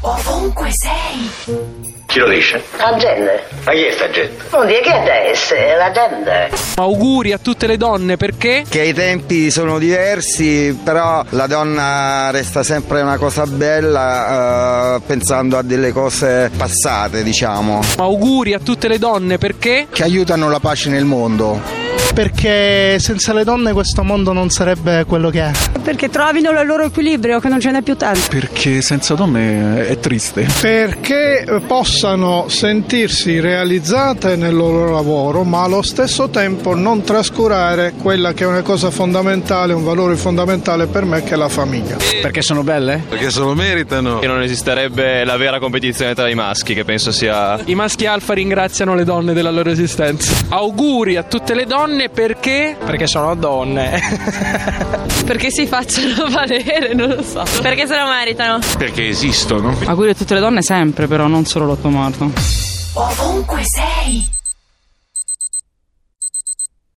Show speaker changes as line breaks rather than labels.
Ovunque sei,
Chi lo dice?
Agende.
Ma chi è sta gente?
Non dire che adesso è l'agenda.
Auguri a tutte le donne perché
che i tempi sono diversi, però la donna resta sempre una cosa bella eh, pensando a delle cose passate, diciamo,
auguri a tutte le donne perché
che aiutano la pace nel mondo.
Perché senza le donne questo mondo non sarebbe quello che è.
Perché trovino il loro equilibrio, che non ce n'è più tanto.
Perché senza donne è triste.
Perché possano sentirsi realizzate nel loro lavoro, ma allo stesso tempo non trascurare quella che è una cosa fondamentale, un valore fondamentale per me che è la famiglia.
perché sono belle?
Perché se lo meritano.
che non esisterebbe la vera competizione tra i maschi, che penso sia
I maschi alfa ringraziano le donne della loro esistenza. Auguri a tutte le donne perché perché sono donne.
Perché si facciano valere, non lo so. Perché se lo meritano.
Perché esistono.
Auguri a tutte le donne sempre, però, non solo l'8 marzo.
ovunque sei.